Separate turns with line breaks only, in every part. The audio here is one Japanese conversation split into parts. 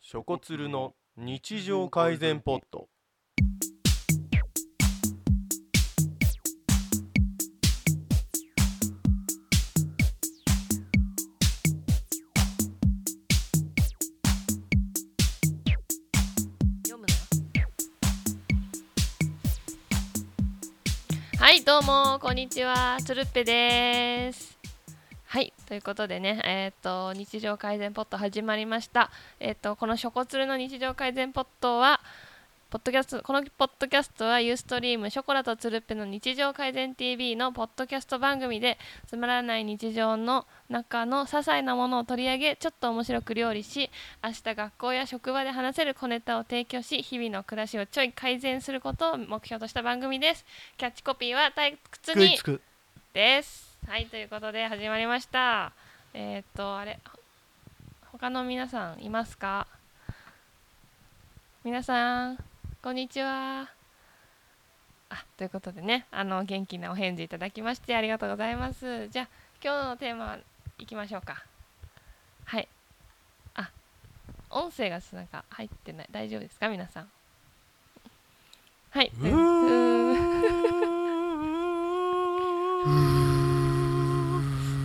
ショコツルの日常改善ポット
読むなはいどうもこんにちはつるっぺですはいということでねえっ、と日常改善ポット始まりましたえっ、とこのしょこつるの日常改善ポットはポッドキャストこのポッドキャストはユーストリームショコラとつるっぺの日常改善 TV のポッドキャスト番組でつまらない日常の中の些細なものを取り上げちょっと面白く料理し明日学校や職場で話せる小ネタを提供し日々の暮らしをちょい改善することを目標とした番組ですキャッチコピーは退屈
食い
に
つく
ですはいということで始まりましたえーっとあれ他の皆さんいますか皆さんこんにちはあということでねあの元気なお返事いただきましてありがとうございますじゃあ今日のテーマいきましょうかはいあ音声がなんか入ってない大丈夫ですか皆さんはいう
ー
うー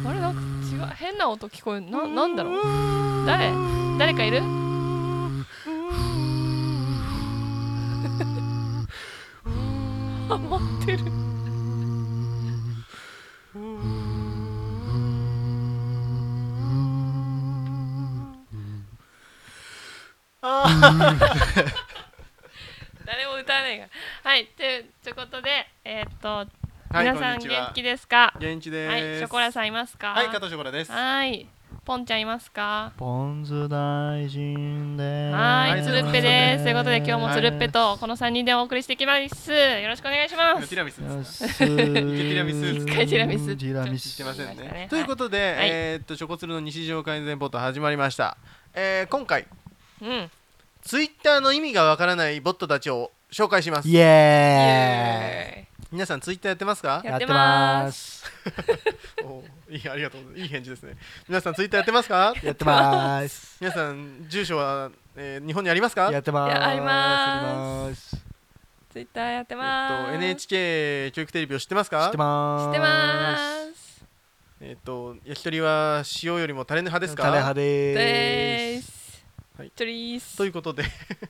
んあれなんか違う変な音聞こえるななんだろう誰誰かい るハマってる誰も歌わないからはいというということでえーっと、
はい
皆さ
こ
ん
んにち
元
は
気ですか
元気で
はい
す
ショコラさんいますか
はい加藤ショコラです
はいポンちゃんいますか
ポン酢大臣です。
はい
い
つるっぺですということで今日もつるっぺ
よ
とこの3人でお送りしていきますよろしくお願いしま
テ
す
ィラミスです
っ
か
すー。
一回ティラミス
一回ティラミス
ティラミ
し
ス
てません
しました
ね
ね。
ということで、
い
えーっと、チョコツルの日常改善ポット始まりました。えー今回、
うん
ツイッターの意味がわからないボットたちを紹介します
イ。
イ
エ
エ
皆さん、ツイッターやってますか
ーイ
ーイ。
やってま
ー
す
す。
おーいい、ありがとうございます。いい返事ですね。皆さん、ツイッターやってますか
やってまーす。
皆さん、住所は、えー日本にありますか
やってまーす。
やありま
ーす。
ツイッターやって
えっ
ま
と、
す
NHK 教育テレビを知ってます
知
か
ってまーす。
知ってます
えっと、焼き鳥は塩よりもタレの派ですか
タレ派で
で
ーす。
す
はい
トリース
ということで、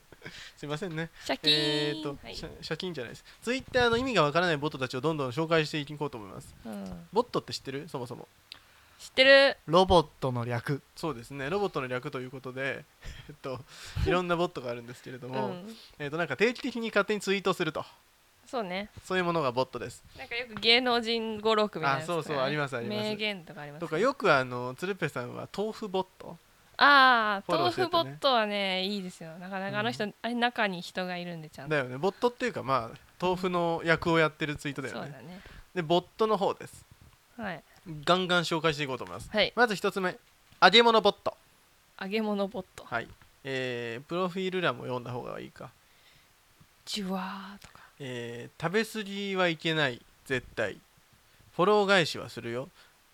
すいませんね。
シャキ
え
ーン
ーっと、
はい
シャシャキーンじゃないです。ツイッターの意味がわからないボットたちをどんどん紹介していこうと思います。
うん
ボットって知ってるそもそも。
知ってる
ロボットの略。
そうですね、ロボットの略ということで、 えっと、いろんなボットがあるんですけれど
う
も、
ん
えっと、なんか定期的に勝手にツイートすると、
そうね
そういうものがボットです。
なんかよく芸能人語録みたいなやつとかね
あそうそうありますあります
名言とかあります
とか、よくあの、鶴瓶さんは豆腐ボット、
あ
フ
あ、
ォロー
豆
してる
腐
とね
ボットはねいいですよなかなかあの人、あれ中に人がいるんでちゃんと
だよね、ボットっていうか、まあ、豆腐の役をやってるツイートだ
そう
よ
だ
ね。
ね
で、ボットの方です。
はい
ガンガン紹介していこうと思います。
はい
まず一つ目、揚げ物ボット。
揚げ物ボット
はい。えー、プロフィール欄も読んだ方がいいか。
ジュワーとか
えー食べ過ぎはいけない絶対フォロー返しはするよ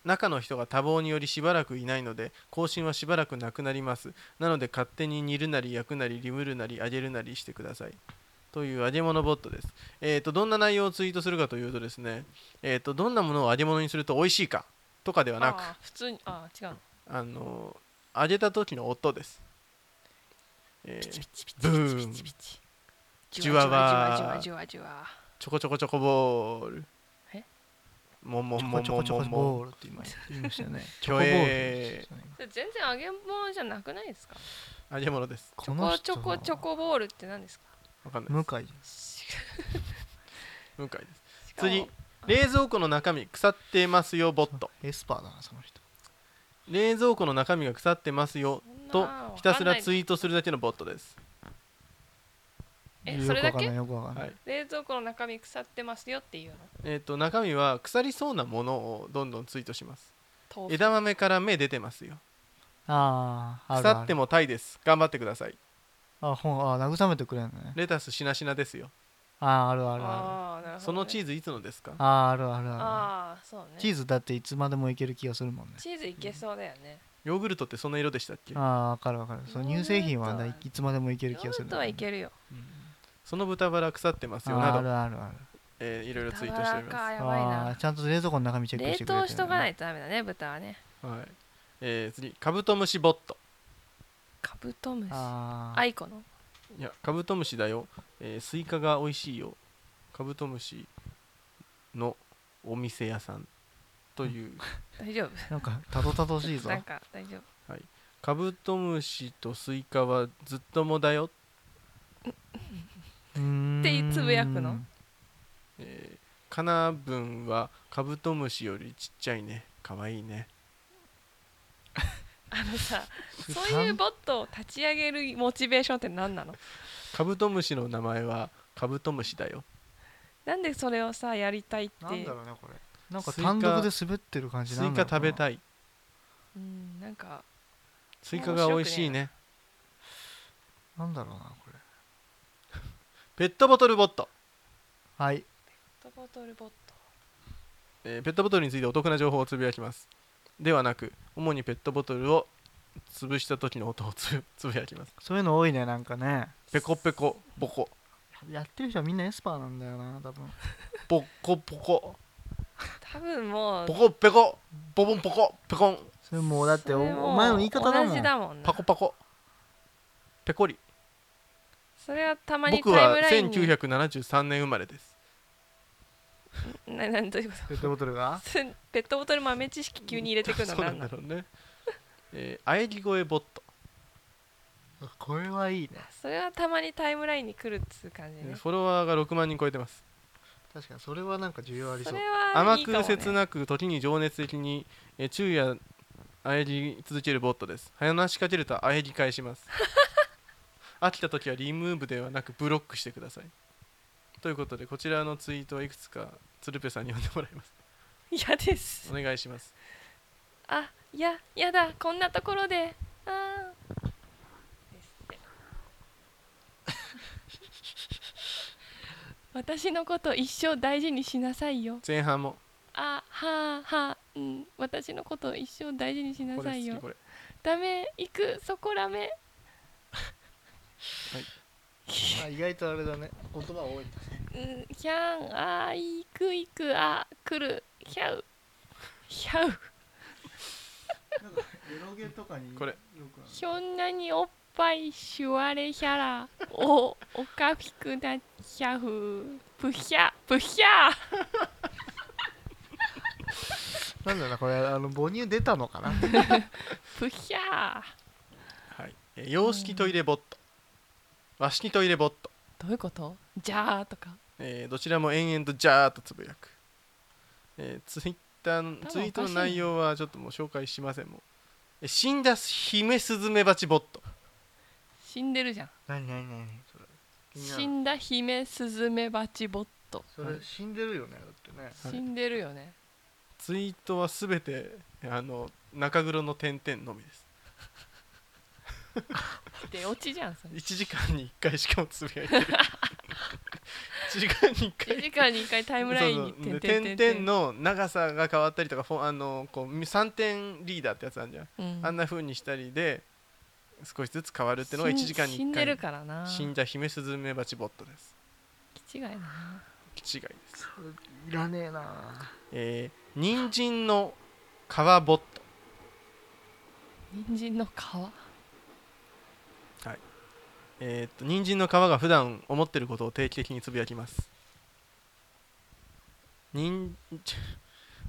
中の人が多忙によりしばらくいないので更新はしばらくなくなりますなので勝手に煮るなり焼くなりリムるなり揚げるなりしてくださいという揚げ物ボットです、えー、とどんな内容をツイートするかというとですね、えー、とどんなものを揚げ物にすると美味しいかとかではなく
あー普通にあー違うの
あのー揚げた時の音です、えー
ピチピチ
ブーン
ピチピチピチ
ジュワワー
ジュワジュワジュワジュワ
ちょこちょこちょこボール
え
もんも
ち
ん
ょ
も
こ
ん
ちょ
も
こ
ん
ちょ
もん
こ
もん
ボールって言いました言いましたよね。
ちょこボール
それ全然揚げ物じゃなくないですか
揚げ物です
チョコチョコチョ。コボールって何ですか
わかんない
向井
向井です
しかも
次冷蔵庫の中身腐ってますよボット
エスパーだなその人。
冷蔵庫の中身が腐ってますよ
そ
と
んなの
ひたすらツ
わ
イートするだけのボットです
えそれだけ
よくわかんな
はい
かん
いよ
ない冷蔵庫の中身腐ってますよっていうの
えっ、と中身は腐りそうなものをどんどんツイートします
豆腐
枝豆から芽出てますよ
くわかんない。あーあるある
腐ってもタイです頑張ってください
あほんあ慰めてくれるのね。
レタスしなしなですよ
あーあるあるある。
あーなるほどね
そのチーズいつのですか
あーあるあるあ
ああそうね
る。チ
チー
ーズだっていつまでもいける気がするもんね
ズいけそうだよね、
よヨーグルトってそんな色でしたっけ、
ああ分かる分かるその乳製品はない
ヨーグルトはい
つまでもいける
ヨ
気が
ー
す
グ
る
ルトはいけるよ
うんその豚バラ腐ってます
あ
よ
ーあ
など、
るあるある
えーいろいろツイー
豚
ト
バ
しており
ラ
ま
かやばい
あー
な
ちゃんと冷蔵庫の中身チェック
冷
してくれて
凍しとかないいとダメだね豚はね
す、はいえー次カブトムシボット
カブトムシ
あー
アイコの
いやカブトムシだよ、えースイカが美味しいよカブトムシのお店屋さんという
大丈夫
なんかたどたどしい ぞ
なんか大丈夫
カブトムシとスイカはずっともだよ、
って
つぶやくの
えー、カナブンはカブトムシよりちっちゃいねかわいいね
あのさそういうボットを立ち上げるモチベーションって何なの
カブトムシの名前はカブトムシだよ
なんでそれをさやりたいって
なんだろうねこれなんか
スイカ
単独で滑ってる感じ
ス
な
イ
ん
カ
だ
食
ろうな
べたい
うんなんか
スイカが美味しいね
なんだろうなこれ
ペットボトルボット、
はい
ペットボトルボット
えーペットボトルについてお得な情報をつぶやきますではなく主にペットボトルを潰した時の音をつぶ つぶやきます
そういうの多いねなんかね
ペコペコボコ
やってる人はみんなエスパーなんだよな多分
ボコボコ
多分もう
ボコペコボボンポコペコン
それもうだってお
それも
お前の言い方だも
同じ
ん
だもんな
パコパコペコリ
それはたまに
僕
タイ
は
ムラインに
1973年生まれです
ななんどういうこ
ペットボトルが
とそれペットボトル豆知識急に入れてくる の
そうな
なんん
だ
なの
ろうねえー、喘ぎ声ボット、
これはいいね
それはたまにタイムラインに来るっつう感じね
フォロワーが6万人超えてます
確かにそれはなんか重要ありそ
そうれは
甘
いいかも、
く
ね、
切なく時に情熱的に、えー昼夜喘ぎ続けるボットです話しかけると喘ぎ返し ます飽きた時はリムーブではなくブロックしてくださいということでこちらのツイートをいくつか鶴瓶さんに読んでもらい ます
嫌です
お願いします
あいややだこんなところであーですって私のこと一生大事にしなさいよ
前半も
あはあはあうん私のこと一生大事にしな
これ
さい
次
よ
これ
ダメ行くそこらめ
あ意外とあれだね言葉多い
うんひゃんあー行く行くあ来るひゃうひゃう
なんかエロゲとかに
これ
ひょんなにおっぱいしゅわれひゃらおおかぴくなっひゃふぷひゃぷひゃ
なんだろうなこれあの母乳出たのかな
ぷひゃ
はい、えー洋式トイレボット、和式トイレボット、
どういうことじゃあとか
えーどちらも延々とジャーっとつぶやく、えーツイッターの
多分おかしい
ツイートの内容はちょっともう紹介しませんもんえー死んだヒメスズメバチボット
死んでるじゃん
何何何それ気になる
死んだ姫スズメバチボット
それ死んでるよねだってね
はい
死んでるよね
ツイートはすべてあの中黒の点々のみです
で落ちじゃんそれ
1時間に1回しかもつぶやいてる1時間に1回
1時間に1回タイムラインに
そうそうで
てんてんてんて
点
ん
々の長さが変わったりとかフォあのこう3点リーダーってやつあるじゃん
うん
あんな風にしたりで少しずつ変わるっていうのが1時間に1回
死んでるからな
死んだヒメスズメバチボットです
気違いだな
気違いです
それいらねえな
えー、人参の皮ボット
人参の皮
えーっと人参の皮が普段思ってることを定期的につぶやきます人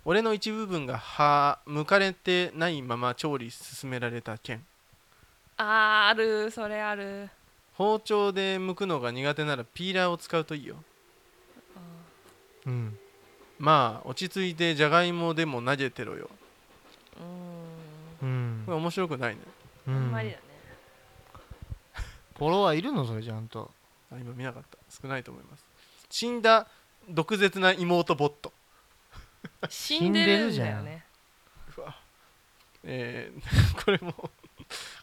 俺の一部分が歯むかれてないまま調理進められた件
あーあるそれある
包丁で剥くのが苦手ならピーラーを使うといいよ
あ
うん
まあ落ち着いてじゃがいもでも投げてろよ
ーうーん
うん
これ面白くないね
う
あんまりだね
フォロワーいるのそれちゃんと
あ今見なかった少ないと思います死んだ毒舌な妹ボット
死んでるんだよ
死んで
ね
うわえー これも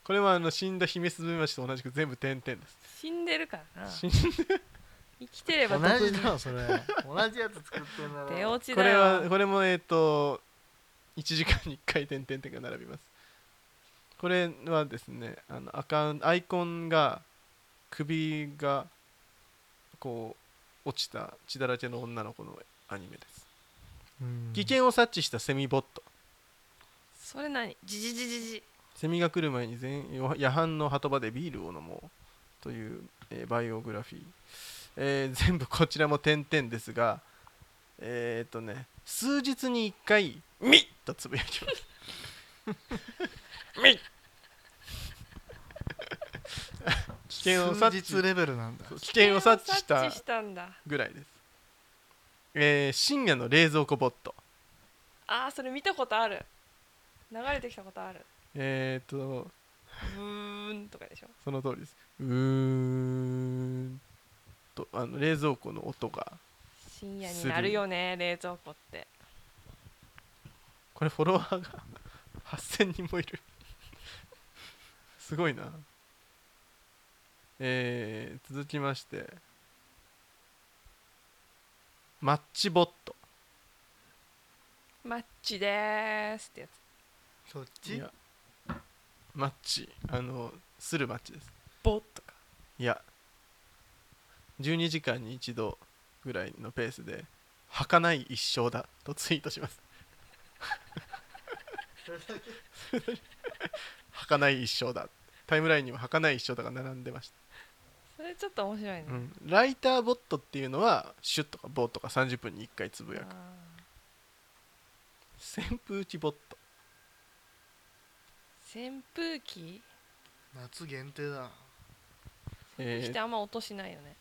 これはあの死んだ姫スズメバチと同じく全部点々です
死んでるからな
死
生
んだ
きてれば
同
どこ
じ
に
だわそれ同じやつ作ってんだな
出落ち
こ
だ
れ
よ
はこれもえっ、と1時間に1回点々点が並びますこれはですねあのアカウンアイコンが首がこう落ちた血だらけの女の子のアニメです
うん
危険を察知したセミボット
それ何じじじじじ
セミが来る前に全夜半の鳩場でビールを飲もうという、えーバイオグラフィー、えー全部こちらも点々ですがえーっとね数日に1回「みっ!」とつぶやきますみっ危険を察知
数日レベルなんだ
そう危険を察知した
察知したんだ
ぐらいです、えー深夜の冷蔵庫ボット
あーそれ見たことある流れてきたことある
えーっと
ブーンとかでしょ
その通りですうーんとあの冷蔵庫の音が
深夜になるよね冷蔵庫って
これフォロワーが 8000人もいる すごいなえー、続きましてマッチボット
マッチでーすってやつ
そっ
い
ち
やマッチあのするマッチです
ボッとか
いや12時間に一度ぐらいのペースで「儚い一生だ」とツイートします儚い一生だタイムラインにも儚い一生だが並んでました
それちょっと面白いね、
うんライターボットっていうのはシュッとかボーとか30分に1回つぶやく
あ
扇風機ボット
ー扇風機
夏限定だな
えー
してあんま音しないよね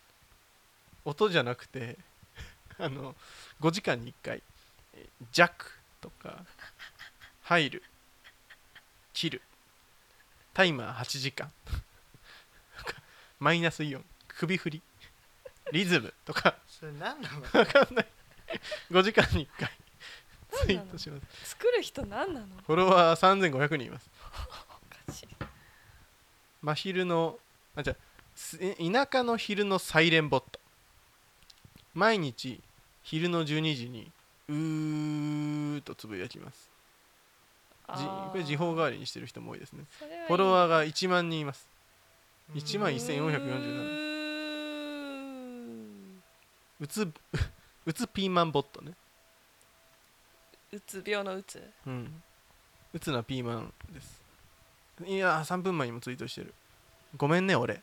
音じゃなくて あの5時間に1回えー「弱」とか「入る」「切る」「タイマー8時間」「マイナスイオン」「首振り」「リズム」とか
それ 何なの
分かんない5時間に1回ツイ
何な
ート
の
します
作る人何なの
フォロワー3500人います
おかしい
真昼のあじゃあすえ田舎の昼のサイレンボット毎日昼の12時にうーっとつぶやきますじ
あー
これ時報代わりにしてる人も多いですね
それはいい
フォロワーが1万人います1
枚
万1447
うー
うつうつピーマンボットね
うつ病のうつ
うんうつなピーマンですいやー3分前にもツイートしてるごめんね俺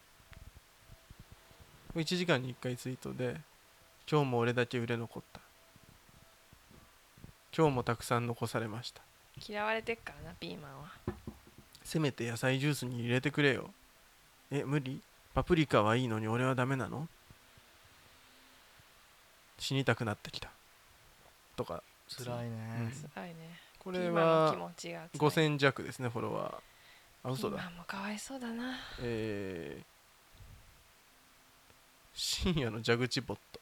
1時間に1回ツイートで「今日も俺だけ売れ残った」「今日もたくさん残されました」
嫌われてっからなピーマンは
「せめて野菜ジュースに入れてくれよ」「え無理パプリカはいいのに俺はダメなの?」「死にたくなってきた」とか
辛いね
うん
辛いね
こ
ピ
れ
ーマンの気
は
持ちが辛い
5000弱ですねフォロワーあ嘘だ
ピーマンもかわいそうだな
えー深夜の蛇口ボット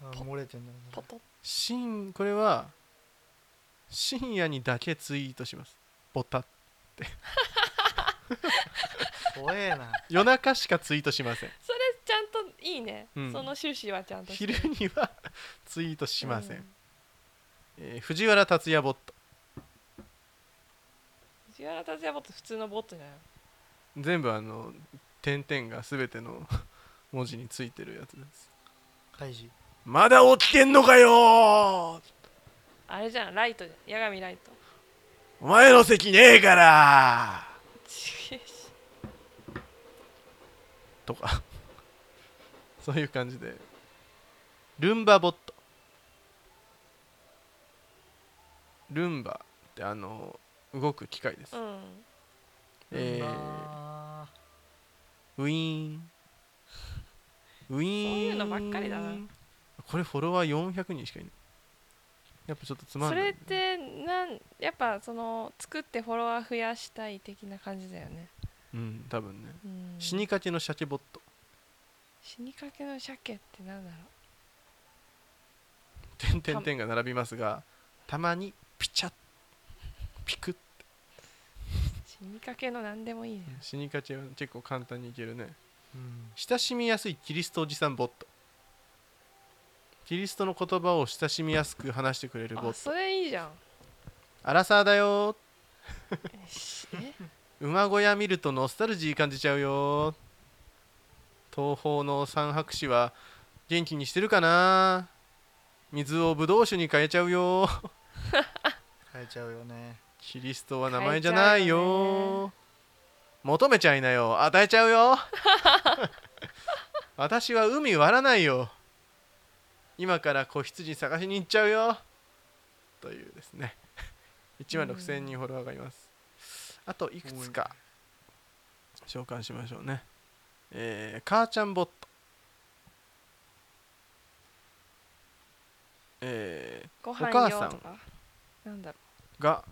あ漏れてんだ
ポトッ
深これは深夜にだけツイートしますボタ
怖えな
夜中しかツイートしません
それちゃんといいね、
うん
その収支はちゃんとして
昼
る
には ツイートしません、
う
えー藤原竜也ボット
藤原達也ボット普通のボットじゃない
全部あの点々が全ての 文字についてるやつです
開示
まだ起きてんのかよー
あれじゃんライトじゃん八神ライト
お前の席ねえから
ちげえし
とか そういう感じでルンバボットルンバってあの動く機械です、
うん
えー
あ
ウィーンウィーン
そういうのばっかりだな
これフォロワー400人しかいないやっぱちょっとつま
そ
んな
れ
い
ってなんやっぱその作ってフォロワー増やしたい的な感じだよね、
うん多分ね
うん、
死にかけの鮭ボット
死にかけの鮭ってなんだろ
点々点が並びますがたまにピチャッピクッ
う死にかけの何でもいいね
死にかけは結構簡単にいけるね
ーうん
親しみやすいキリストおじさんボットキリストの言葉を親しみやすく話してくれるボ
あ
ット
それいいじゃん
アラサーだよー
しえ
馬小屋見るとノスタルジー感じちゃうよ東方の三白士は元気にしてるかな水をブドウ酒に変えちゃうよ
変えちゃうよね
キリストは名前じゃないよ求めちゃいなよ与えちゃう よ私は海割らないよ今から子羊探しに行っちゃうよというですね1万6000人フォロワーがいますあといくつか召喚しましょうねえー、母ちゃんボットえー、
ご
お
飯
母
用
さん
とかなんだろ
が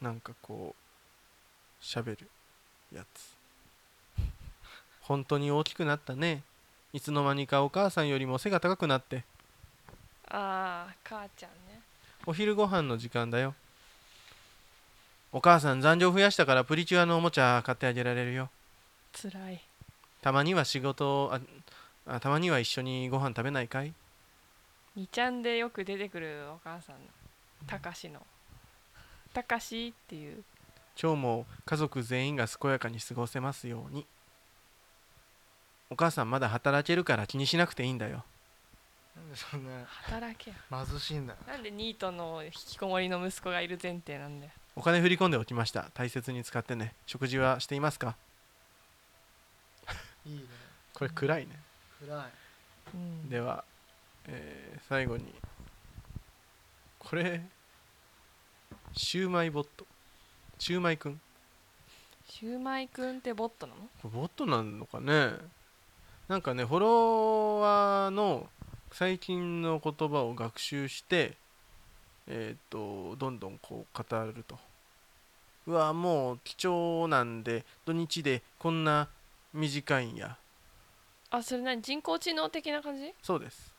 なんかこう喋るやつ 本当に大きくなったねいつの間にかお母さんよりも背が高くなって
うああ母ちゃんね
お昼ご飯の時間だよお母さん残量増やしたからプリキュアのおもちゃ買ってあげられるよ
つらい
たまには仕事をああたまには一緒にご飯食べないかい
2ちゃんでよく出てくるお母さんのたかしのたかしっていう
今日も家族全員が健やかに過ごせますようにお母さんまだ働けるから気にしなくていいんだよ
なんでそんな
働 けよ
貧しいんだよ
なんでニートの引きこもりの息子がいる前提なんだよ
お金振り込んでおきました大切に使ってね食事はしていますか
いいね
これ暗いね
暗い
うん
では、えー最後にこれシューマイボットシューマイくん
シューマイくんってボットなの
これボットなのかねなんかねフォロワーの最近の言葉を学習してえっ、とどんどんこう語るとうわもう貴重なんで土日でこんな短いんや
あそれ何人工知能的な感じ
そうです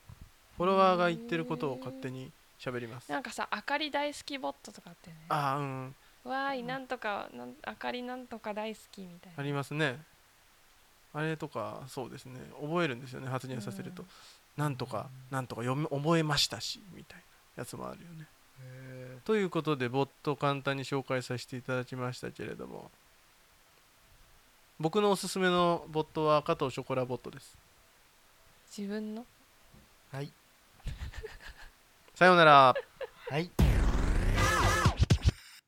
フォロワーが言ってることを勝手に喋ります
なんかさあかり大好きボットとかあってね
ああうん
わーいなんとかなんあかりなんとか大好きみたい
あ
な
りますねあれとかそうですね覚えるんですよね発言させると、
うん
なんとかなんとか読め覚えましたしみたいなやつもあるよね
へ
ということでボットを簡単に紹介させていただきましたけれども僕のおすすめのボットは加藤ショコラボットです
自分の
えはい
さようなら
はい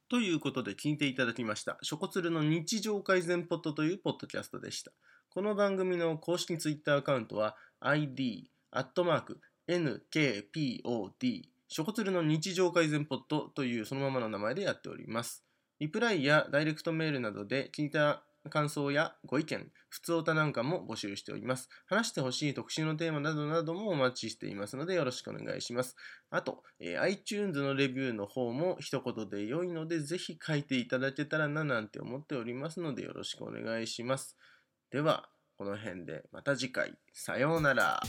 ということで聞いていただきました「ショコツルの日常改善ポット」というポッドキャストでしたこの番組の公式ツイッターアカウントは ID アットマーク NKPOD ショコツルの日常改善ポットというそのままの名前でやっておりますリプライやダイレクトメールなどで聞いた感想やご意見、普通歌なんかも募集しております。話してほしい特集のテーマなどなどもお待ちしていますのでよろしくお願いします。あと、えー iTunes のレビューの方も一言で良いので、ぜひ書いていただけたらななんて思っておりますので、よろしくお願いします。では、この辺でまた次回、さようなら。